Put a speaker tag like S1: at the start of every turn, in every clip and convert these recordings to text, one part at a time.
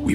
S1: We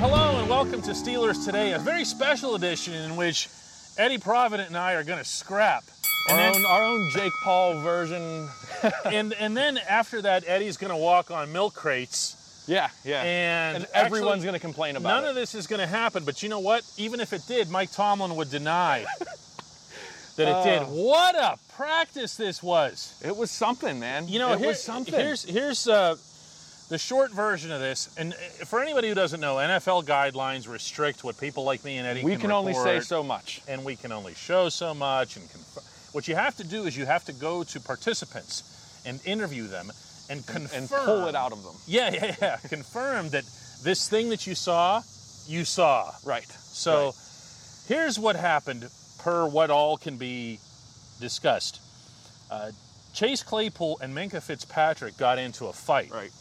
S2: Hello and welcome to Steelers Today, a very special edition in which Eddie Provident and I are going to scrap. And
S3: Our
S2: then,
S3: own, our own Jake Paul version.
S2: and, and then after that, Eddie's going to walk on milk crates.
S3: Yeah, yeah.
S2: And
S3: everyone's
S2: actually,
S3: going to complain about
S2: None
S3: it.
S2: of this is going to happen, but you know what? Even if it did, Mike Tomlin would deny that it did.
S3: Uh.
S2: What a practice this was.
S3: it was something, man.
S2: You know,
S3: it
S2: here-
S3: was something.
S2: Here's here's uh, the short version of this. And uh, for anybody who doesn't know, NFL guidelines restrict what people like me and Eddie
S3: we
S2: can,
S3: can only say
S2: report,
S3: so much.
S2: and we can only show so much. And conf- what you have to do is you have to go to participants and interview them and confirm
S3: And pull it out of them.
S2: Yeah, yeah, yeah. confirm that this thing that you saw, you saw.
S3: Right.
S2: So here's what happened per what all can be discussed. Uh, Chase Claypool and Minka Fitzpatrick got into a fight.
S3: Right.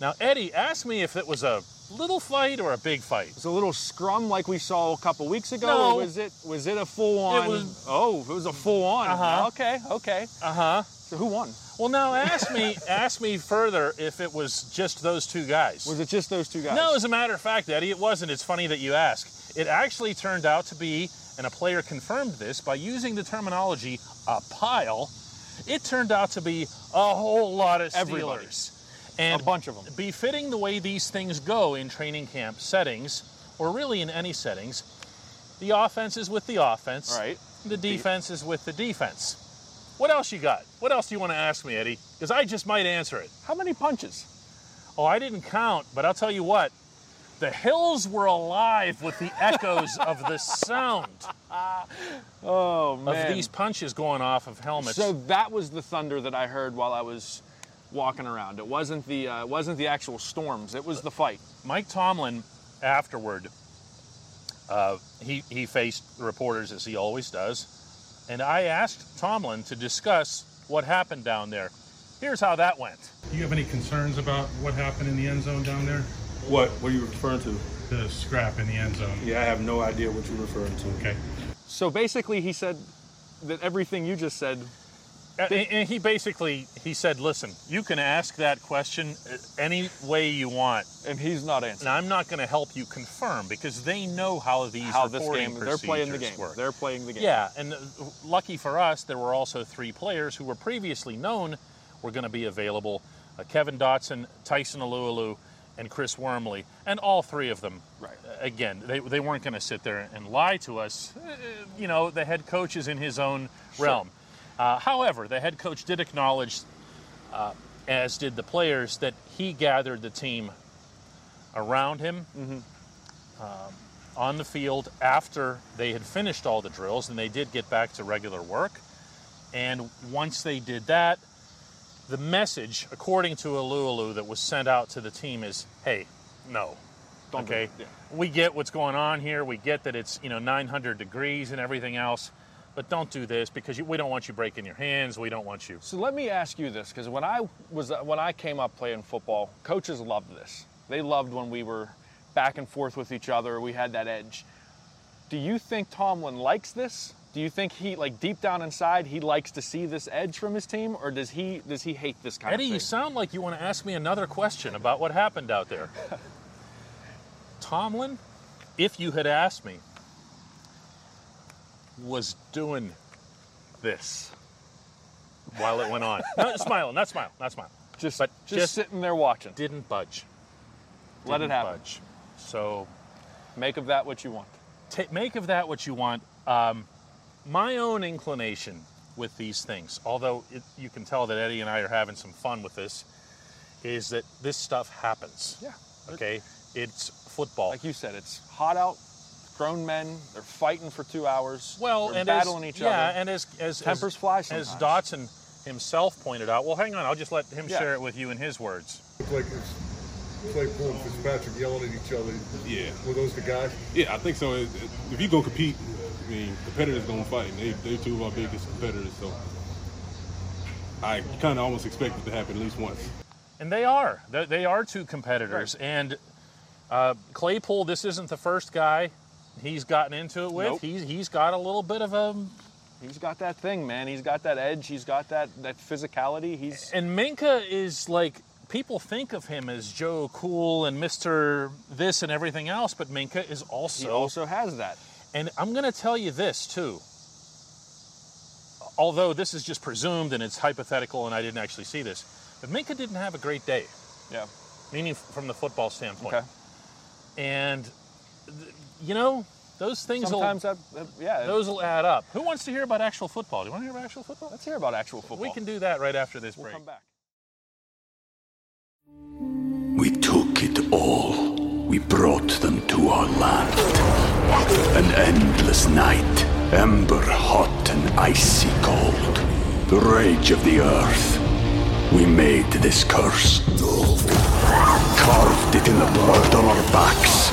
S2: Now, Eddie, asked me if it was a little fight or a big fight.
S3: It's a little scrum like we saw a couple weeks ago.
S2: No.
S3: Or was it was it a full on?
S2: It was-
S3: oh, it was Uh-huh. a full on.
S2: Uh-huh.
S3: Okay, okay.
S2: Uh huh.
S3: So who won?
S2: Well, now ask me, ask me further if it was just those two guys.
S3: Was it just those two guys?
S2: No, as a matter of fact, Eddie, it wasn't. It's funny that you ask. It actually turned out to be, and a player confirmed this by using the terminology a pile. It turned out to be a whole lot of Steelers.
S3: Everybody.
S2: And
S3: A bunch of 'em.
S2: Befitting the way these things go in training camp settings, or really in any settings, the offense is with the offense.
S3: Right.
S2: The defense is with the defense. What else you got? What else do you want to ask me, Eddie? Because I just might answer it.
S3: How many punches?
S2: Oh, I didn't count, but I'll tell you what. The hills were alive with the echoes of the sound
S3: Oh
S2: of
S3: man.
S2: these punches going off of helmets.
S3: So that was the thunder that I heard while I was walking around. It wasn't the uh, it wasn't the actual storms. It was the fight.
S2: Mike Tomlin, afterward, uh, he, he faced reporters as he always does, and I asked Tomlin to discuss what happened down there. Here's how that went.
S4: Do you have any concerns about what happened in the end zone down there?
S5: What? What are you referring to?
S4: The scrap in the end zone.
S5: Yeah, I have no idea what you're referring to.
S4: Okay.
S3: So basically, he said that everything you just said.
S2: Uh, and- and he basically he said, "Listen, you can ask that question uh, any way you want.
S3: And he's not
S2: And
S3: answering.
S2: I'm not going to help you confirm because they know how these
S3: How this
S2: reporting
S3: game? They're playing the
S2: procedures
S3: game.
S2: work.
S3: They're playing the game.
S2: yeah, and uh, lucky for us, there were also three players who were previously known were going to be available: uh, Kevin Dotson, Tyson Alualu, and Chris Wormley. And all three of them,
S3: Right.
S2: uh, again, they, they weren't going to sit there and lie to us. Uh, You know, the head coach is in his own realm. Uh, however, the head coach did acknowledge, uh, as did the players, that he gathered the team around him on the field after they had finished all the drills and they did get back to regular work. And once they did that, the message, according to Alualu, that was sent out to the team is, hey, no.
S3: Don't do
S2: okay.
S3: it. Yeah.
S2: We get what's going on here. We get that it's, you know, 900 degrees and everything else, but don't do this because you, we don't want you breaking your hands. We don't want you.
S3: So let me ask you this, because when I was uh, when I came up playing football, coaches loved this. They loved when we were back and forth with each other. We had that edge. Do you think Tomlin likes this? Do you think he like deep down inside he likes to see this edge from his team, or does he does he hate this kind
S2: Eddie,
S3: of thing?
S2: you sound like you want to ask me another question about what happened out there. Tomlin, if you had asked me, was doing this while it went on. No, smile, not smile, not smile.
S3: Just,
S2: But
S3: just,
S2: just-
S3: sitting there watching.
S2: Didn't budge.
S3: Let it
S2: Didn't
S3: happen.
S2: budge. So
S3: Make of that what you want.
S2: ta make of that what you want. Um, my own inclination with these things, although it, you can tell that Eddie and I are having some fun with this, is that this stuff happens.
S3: Yeah.
S2: Okay. It's football.
S3: Like you said, it's hot out. Grown men, they're fighting for two hours.
S2: well,
S3: they're
S2: and as-
S3: battling each
S2: yeah,
S3: other.
S2: and as as
S3: Tempers
S2: as,
S3: fly
S2: As
S3: sometimes.
S2: Dotson himself pointed out. Well, hang on. I'll just let him
S3: Yeah.
S2: share it with you in his words.
S6: It's like it's, it's like Paul Fitzpatrick yelling at each other.
S7: Yeah.
S6: Were those the guys?
S7: Yeah, I think so. It- it- If you go compete, I mean, competitors gonna fight, and they they two of our biggest competitors. So I kind of almost expect it to happen at least once.
S2: And they are. They, they are two competitors. And uh, Claypool, this isn't the first guy he's gotten into it with.
S3: Nope.
S2: He's, he's got a little bit of a.
S3: he's got that thing, man. He's got that edge. He's got that that physicality. He's
S2: And Minka is like, people think of him as Joe Cool and Mr. This and everything else, but Minka is also.
S3: he also has that.
S2: And I'm going to tell you this, too. Although this is just presumed and it's hypothetical and I didn't actually see this, but Minka didn't have a great day,
S3: Yeah.
S2: meaning from the football standpoint.
S3: Okay.
S2: And, th- you know, those things will-
S3: Sometimes that, that yeah.
S2: Those will add up. Who wants to hear about actual football? Do you want to hear about actual football?
S3: let's hear about actual football.
S2: We can do that right after this
S3: We'll
S2: break.
S3: come back.
S1: We took it all. We brought them to our land. An endless night, ember hot and icy cold. The rage of the earth. We made this curse. Carved it in the blood on our backs.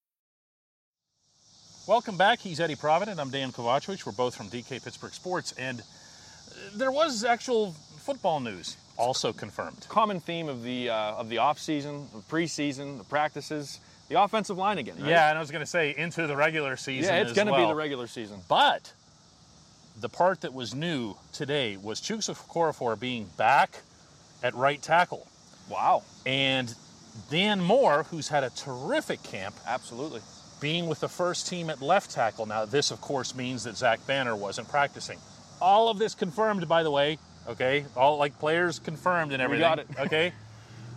S2: Welcome back. He's Eddie Provident. I'm Dan Kovacevic. We're both from DK Pittsburgh Sports, and uh, there was actual football news also confirmed.
S3: Common theme of the uh, of the off season, the preseason, the practices, the offensive line again. Right?
S2: Yeah, and I was going to say into the regular season.
S3: Yeah, it's
S2: as
S3: going to
S2: well.
S3: be the regular season.
S2: But the part that was new today was Chooks Okorafor being back at right tackle,
S3: Wow,
S2: and Dan Moore, who's had a terrific camp,
S3: absolutely.
S2: being with the first team at left tackle. Now, this, of course, means that Zach Banner wasn't practicing. All of this confirmed, by the way. Okay, all like players confirmed and everything.
S3: got it.
S2: Okay.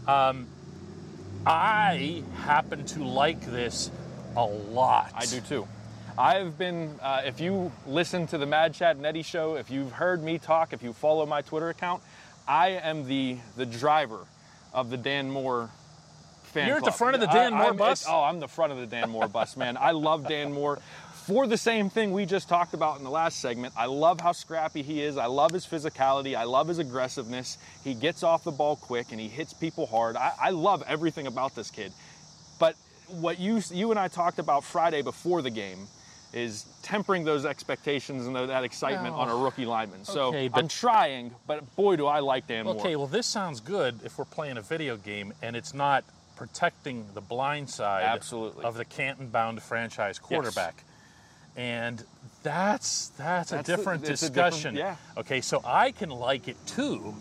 S2: Um, I happen to like this a lot.
S3: I do too. I've been, uh, if you listen to the Mad Chat and Eddie show, if you've heard me talk, if you follow my Twitter account, I am the the driver of the Dan Moore fan
S2: You're at the
S3: club.
S2: front of the Dan
S3: I-
S2: Moore
S3: I'm-
S2: bus?
S3: Oh, I'm the front of the Dan Moore bus, man. I love Dan Moore for the same thing we just talked about in the last segment. I love how scrappy he is. I love his physicality. I love his aggressiveness. He gets off the ball quick and he hits people hard. I, I love everything about this kid. But what you you and I talked about Friday before the game is tempering those expectations and tho- that excitement on a rookie lineman. So
S2: Oh. Okay, but-
S3: I'm trying, but boy, do I like Dan Moore.
S2: Okay, well, this sounds good if we're playing a video game and it's not protecting the blind side
S3: Absolutely.
S2: of the Canton bound franchise quarterback. And that's that's,
S3: That's
S2: a
S3: a-
S2: different
S3: it's a different-
S2: discussion.
S3: yeah.
S2: Okay, so I can like it too,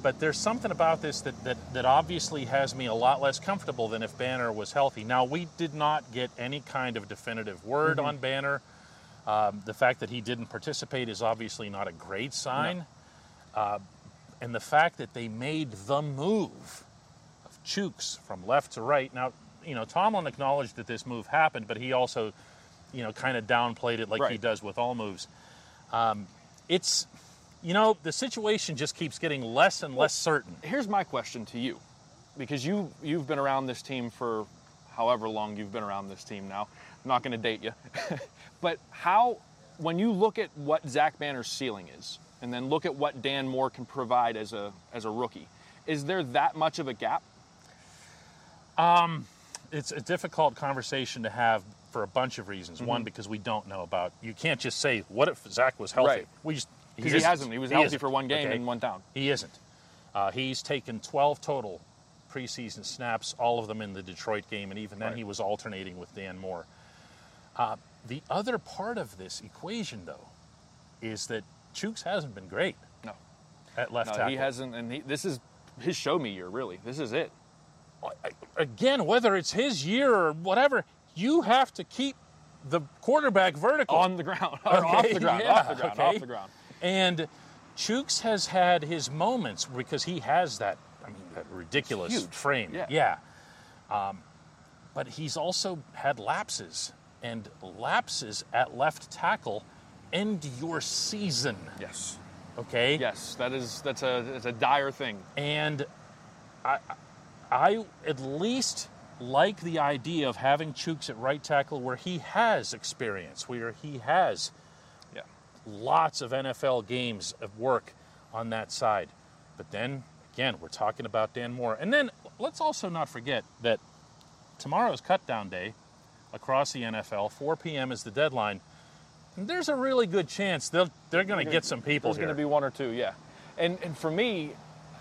S2: but there's something about this that, that, that obviously has me a lot less comfortable than if Banner was healthy. Now, we did not get any kind of definitive word
S3: Mm-hmm.
S2: on Banner. Um, the fact that he didn't participate is obviously not a great sign. Uh, and the fact that they made the move of Chooks from left to right. Now, you know, Tomlin acknowledged that this move happened, but he also, you know, kind of downplayed it like he
S3: Right.
S2: does with all moves. Um, it's, you know, the situation just keeps getting less and less certain.
S3: Here's my question to you, because you you've been around this team for however long you've been around this team now. I'm not going to date you, but how when you look at what Zach Banner's ceiling is, and then look at what Dan Moore can provide as a as a rookie, is there that much of a gap?
S2: it's a difficult conversation to have for a bunch of reasons.
S3: Mhm.
S2: One, because we don't know about. You can't just say what if Zach was healthy.
S3: Right.
S2: We just
S3: Because he
S2: isn't.
S3: hasn't. He was healthy
S2: isn't.
S3: for one game and went down.
S2: He isn't. Uh, he's taken 12 total preseason snaps, all of them in the Detroit game, and even then he was alternating with Dan Moore. Uh, the other part of this equation, though, is that Chooks hasn't been great.
S3: No.
S2: At left
S3: no,
S2: tackle.
S3: he hasn't, and he, this is his show me year. Really, this is it.
S2: Again, whether it's his year or whatever, you have to keep the quarterback vertical
S3: Oh, On the ground, or off the ground, off the ground, off the ground.
S2: And Chooks has had his moments because he has that, I mean, that ridiculous
S3: Huge.
S2: frame.
S3: Yeah.
S2: Um, but he's also had lapses and lapses at left tackle end your season.
S3: Yes.
S2: Okay.
S3: Yes, that is that's a that's a dire thing.
S2: And I, I at least like the idea of having Chooks at right tackle where he has experience, where he has
S3: Yeah.
S2: lots of NFL games of work on that side. But then again, we're talking about Dan Moore. And then let's also not forget that tomorrow's cutdown day across the NFL. 4 p.m. is the deadline. And there's a really good chance they'll, they're going to get some people
S3: There's
S2: here.
S3: going to be one or two, yeah. And and for me,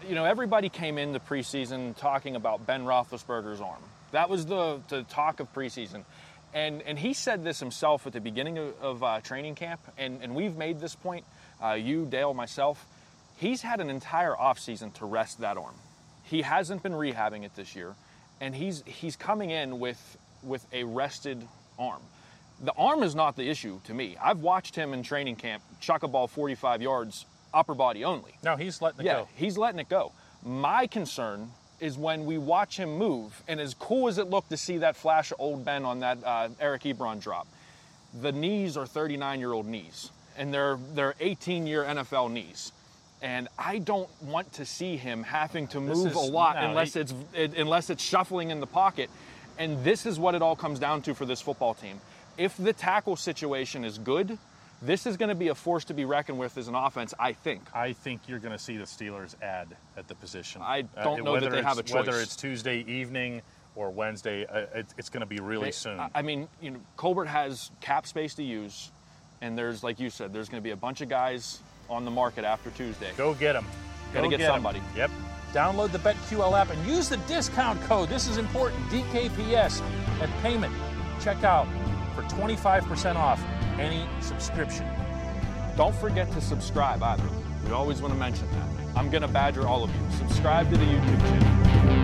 S3: you know, everybody came in the preseason talking about Ben Roethlisberger's arm. That was the the talk of preseason, and and he said this himself at the beginning of, of uh, training camp. And and we've made this point, uh, you, Dale, myself. He's had an entire offseason to rest that arm. He hasn't been rehabbing it this year, and he's he's coming in with with a rested arm. The arm is not the issue to me. I've watched him in training camp chuck a ball 45 yards, upper body only.
S2: No, he's letting it
S3: yeah,
S2: go.
S3: he's letting it go. My concern is when we watch him move, and as cool as it looked to see that flash of old Ben on that uh, Eric Ebron drop, the knees are 39-year-old knees, and they're they're 18-year NFL knees. And I don't want to see him having to
S2: This
S3: move
S2: is-
S3: a lot
S2: no,
S3: unless
S2: he-
S3: it's it, unless it's shuffling in the pocket. And this is what it all comes down to for this football team. If the tackle situation is good, this is going to be a force to be reckoned with as an offense, I think.
S2: I think you're going to see the Steelers add at the position. Uh,
S3: I don't know that
S2: whether
S3: they have
S2: it's-
S3: a choice.
S2: Whether it's Tuesday evening or Wednesday, uh, it, it's going to be really
S3: They-
S2: soon.
S3: I- I mean, you know, Colbert has cap space to use, and there's, like you said, there's going to be a bunch of guys on the market after Tuesday.
S2: Go get them.
S3: Gotta get somebody.
S2: Yep. Download the BetQL app and use the discount code. This is important. DKPS at payment checkout for 25% off any subscription.
S3: Don't forget to subscribe either. We always want to mention that. I'm going to badger all of you. Subscribe to the YouTube channel.